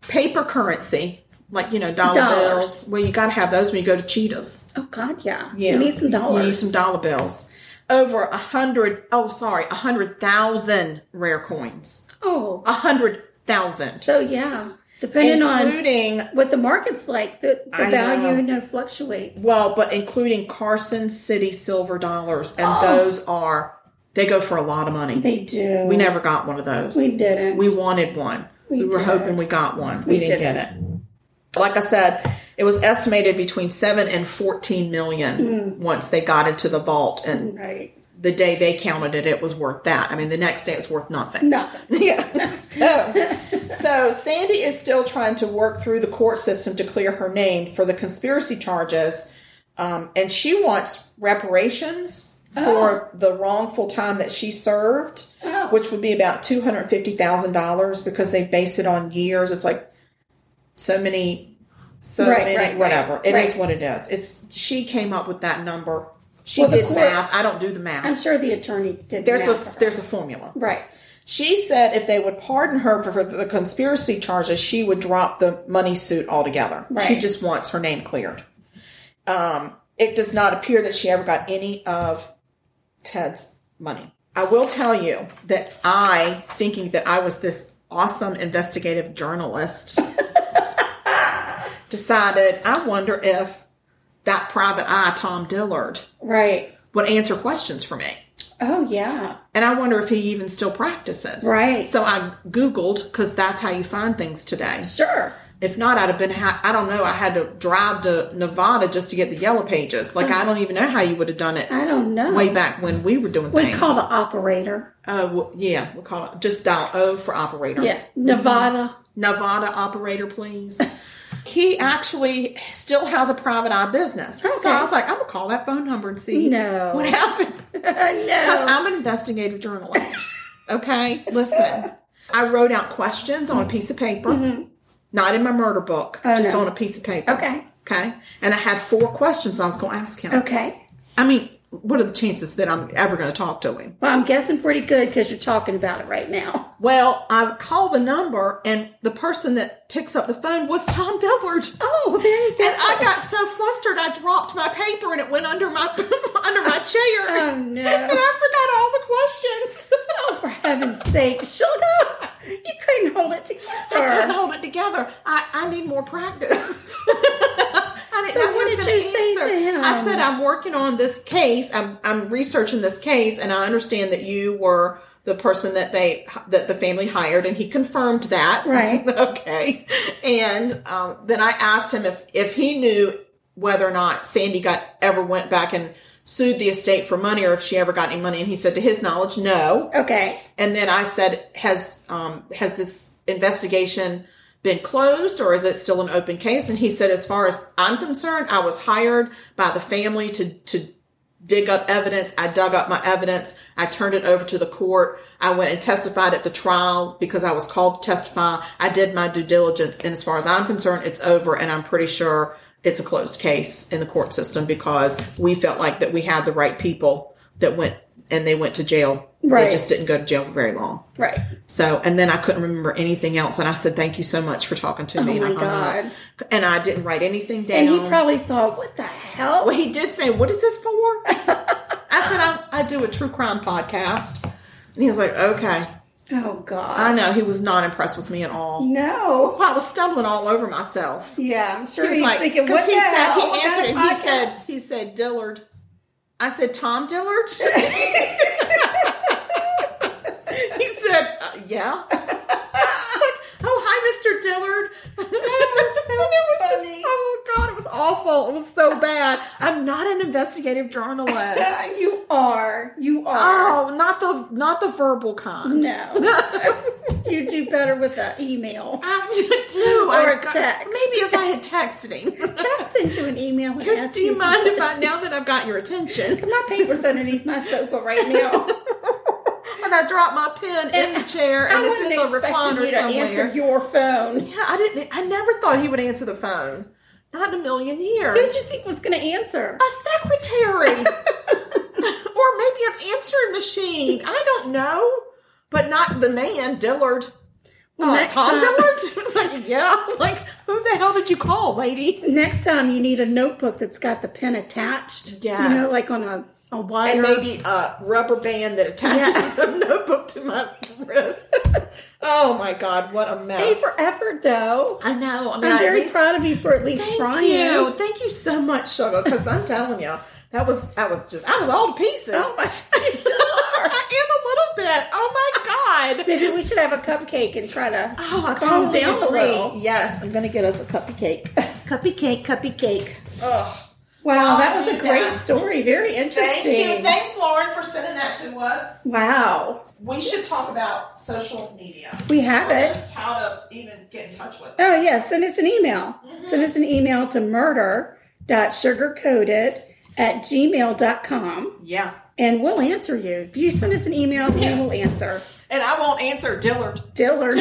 Paper currency, like you know, dollar
Dollars.
bills. Well, you got to have those when you go to Cheetahs.
Oh God. Yeah.
Yeah,
You need some dollars.
You need some dollar bills. Over a hundred. Oh, sorry, a hundred thousand rare coins.
Oh.
A hundred thousand,
So yeah, depending on
including
what the market's like, the, the
I
value
know.
you know fluctuates.
Well, but including Carson City silver dollars, and
Oh.
those are they go for a lot of money.
They do.
we never got one of those.
We didn't.
We wanted one.
We
We, were
did.
hoping we got one. We,
We
didn't get it. Like I said, it was estimated between seven and fourteen million once they got into the vault, and
Right.
the day they counted it, it was worth that. I mean, the next day it was worth nothing.
Nothing.
(laughs) Yeah. So, so Sandy is still trying to work through the court system to clear her name for the conspiracy charges, um, and she wants reparations for the wrongful time that she served,
Oh.
which would be about two hundred fifty thousand dollars because they base it on years. It's like so many, so
Right,
many,
right, right,
whatever. It is
right.
what it is. It's she came up with that number. She
Well, the
did
court-
math. I don't do the math.
I'm sure the attorney did.
there's
that for
a
her.
there's a formula.
right.
She said if they would pardon her for the conspiracy charges, she would drop the money suit altogether. She
Right.
just wants her name cleared. Um, it does not appear that she ever got any of Ted's money. I will tell you that I, thinking that I was this awesome investigative journalist, decided I wonder if that private eye, Tom Dillard,
Right.
would answer questions for me.
Oh yeah.
And I wonder if he even still practices.
Right.
So I Googled because that's how you find things today.
Sure.
If not, I'd have been, ha- I don't know, I had to drive to Nevada just to get the yellow pages. Like, I don't even know how you would have done it
I don't know.
way back when we were doing
We
things.
call the operator.
uh, well, yeah, we call it just dial O for operator.
Yeah. Uh, Nevada.
Nevada operator, please. (laughs) he actually still has a private eye business.
Okay.
So I was like, I'm going to call that phone number and see
No.
what (laughs) happens.
(laughs) no.
Because I'm an investigative journalist. Okay, listen. I wrote out questions on a piece of paper, not in my murder book,
Mm-hmm. Oh,
just
no.
on a piece of paper.
Okay.
Okay. And I had four questions I was going to ask him.
Okay.
I mean, what are the chances that I'm ever going to talk to him?
Well, I'm guessing pretty good because you're talking about it right now.
Well, I call the number, and the person that picks up the phone was Tom Dillard.
Oh, there you go.
And I got so flustered, I dropped my paper and it went under my (laughs) under my chair,
Oh no. Oh,
and I forgot all the questions.
For heaven's sake, sugar! You couldn't hold it
I couldn't
together.
hold it together. I, I need
(laughs)
more practice. I didn't
So
know
what
he was
did
gonna
you say to him?
I said I'm working on this case. I'm I'm researching this case, and I understand that you were the person that they that the family hired, and he confirmed that.
Right.
(laughs) okay. And um, then I asked him if if he knew whether or not Sandy got ever went back and sued the estate for money, or if she ever got any money. And he said, to his knowledge, no.
Okay.
And then I said, "Has um, has this investigation been closed, or is it still an open case?" And he said, "As far as I'm concerned, I was hired by the family to to dig up evidence. I dug up my evidence. I turned it over to the court. I went and testified at the trial because I was called to testify. I did my due diligence, and as far as I'm concerned, it's over. And I'm pretty sure." It's a closed case in the court system because we felt like that we had the right people that went and they went to jail.
Right.
They just didn't go to jail for very long.
Right.
So, and then I couldn't remember anything else. And I said, thank you so much for talking to me.
Oh my
and I hung
God.
up. And I didn't write anything down.
And he probably thought, "What the hell?"
well, he did say, what is this for? I said, I, I do a true crime podcast. And he was like, okay.
Oh God.
I know. He was not impressed with me at all.
No.
Well, I was stumbling all over myself.
Yeah, I'm
He
sure
was
he's
like,
thinking,
'cause
"What
he
the
said,
hell?"
He answered it.
What
He
kind of (laughs)
said, he said, Dillard. I said, Tom Dillard? he said, uh, yeah. (laughs) I was (laughs) like, oh, hi, Mr. Dillard. and it was just,
funny.
oh, God, it was awful. It was so bad. I'm not an investigative
(laughs)
journalist.
you are. You are.
Oh, not the not the verbal kind. (laughs)
(laughs)
No. you do better with an email.
I
(laughs)
do.
Or
I
a text.
Maybe if I had texting. (laughs)
Can I send you an email and ask
do you mind if I
something?
now that I've got your attention
My paper's underneath my sofa right now.
and I drop my pen in the chair (laughs) and
I
it's in
wasn't
the
expecting
recliner
you to answer
somewhere?
your phone.
yeah, I didn't. I never thought he would answer the phone. Not in a million years.
Who did you think was going to answer?
a
(laughs)
secretary (laughs) or maybe an answering machine. I don't know, but not the man Dillard.
Well,
Uh,
next
Tom
time-
Dillard. (laughs) It's like yeah, like who the hell did you call, lady?
Next time you need a notebook that's got the pen attached.
Yes.
You know, like on a, a wire.
And maybe a rubber band that attaches
Yes.
(laughs) a notebook to my wrist. (laughs) oh my god, what a mess!
Pay for effort, though.
I know. I mean,
I'm
I at
very
least-
proud of you for at least
Thank
trying.
you. Thank you so much, Sugar. Because I'm telling you, that was I was just I was all to pieces.
Oh
(laughs)
my
I am a little bit. Oh my god.
(laughs) Maybe we should have a cupcake and try to
Oh, I
calm
totally
down
agree.
a little.
Yes, I'm gonna get us a cup
(laughs)
of cake. cup of cake, cup of cake. Oh,
Wow, that was
yeah.
a great story. Very interesting.
thank you. Thanks, Lauren, for sending that to us.
wow,
We should talk about social media.
we have
Or
it.
Just how to even get in touch with. us.
Oh yeah, send us an email. Send us an email to murder.sugarcoated at gmail.com
Yeah,
and we'll answer you. If you send us an email, we will answer.
and I won't answer Dillard.
Dillard.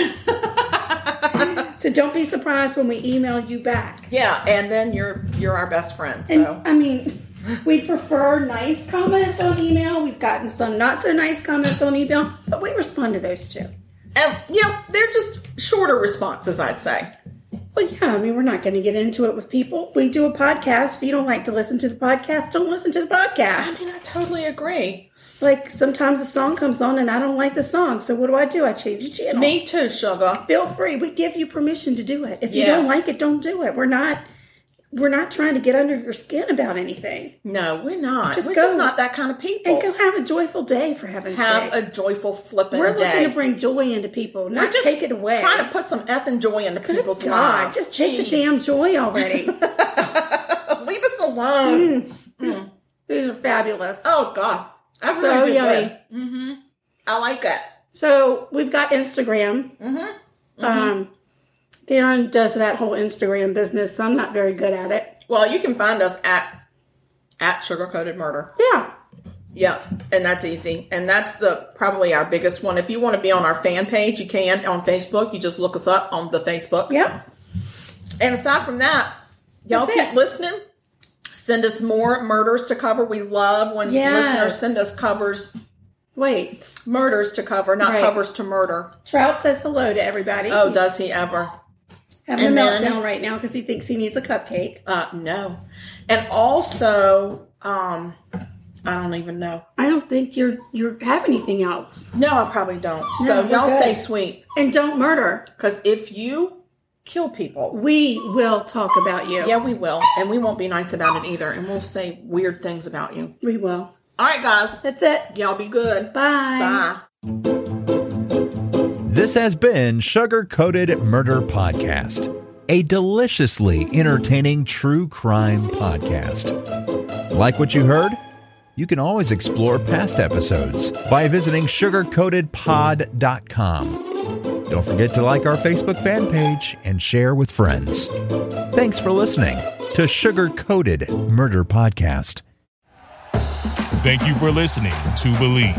so don't be surprised when we email you back.
Yeah, and then you're you're our best friend.
And
So
I mean, we prefer nice comments on email. We've gotten some not so nice comments on email, but we respond to those too.
and you know, they're just shorter responses, I'd say.
Well, yeah, I mean, we're not going to get into it with people. We do a podcast. If you don't like to listen to the podcast, don't listen to the
I
podcast.
mean, I totally agree.
It's like sometimes a song comes on and I don't like the song. So what do I do? I change the channel.
Me too, sugar.
Feel free. We give you permission to do it. If you
Yes.
don't like it, don't do it. We're not. We're not trying to get under your skin about anything.
No, we're not.
Just
we're
go.
just not that kind of people.
And go have a joyful day for heaven's
have
sake.
a joyful flipping
we're
day.
looking to bring joy into people,
We're
not take it away.
Trying to put some effing joy into
Good
people's
God,
lives.
just take the
Jeez. (laughs)
damn joy already.
Leave us alone.
Mm. These are fabulous.
Oh God, that's
So
really good.
yummy.
Mm-hmm. I like that.
So we've got Instagram.
Mhm.
Um, Darren does that whole Instagram business, so I'm not very good at it.
Well, you can find us at at sugarcoated murder.
Yeah,
Yeah, and that's easy, and that's the probably our biggest one. If you want to be on our fan page, you can on Facebook. You just look us up on the Facebook.
yep.
And aside from that, y'all
That's
keep
it.
listening. Send us more murders to cover. We love when
Yes.
listeners send us covers,
Wait,
murders to cover, not
Right.
covers to murder.
Trout says hello to everybody.
Oh, does he ever?
having
and
a
then-
meltdown right now because he thinks he needs a cupcake.
Uh, no. And also, um, I don't even know.
I don't think you're you have anything else,
No, I probably don't.
No,
so
we're
y'all
good.
stay sweet,
and don't murder.
because if you kill people,
We will talk about you.
yeah, we will, and we won't be nice about it either, and we'll say weird things about you.
we will.
All right, guys,
That's it.
y'all be good.
Bye.
Bye.
This has been Sugar Coated Murder Podcast, a deliciously entertaining true crime podcast. Like what you heard? You can always explore past episodes by visiting sugarcoatedpod.com. Don't forget to like our Facebook fan page and share with friends. Thanks for listening to Sugar Coated Murder Podcast.
Thank you for listening to Believe.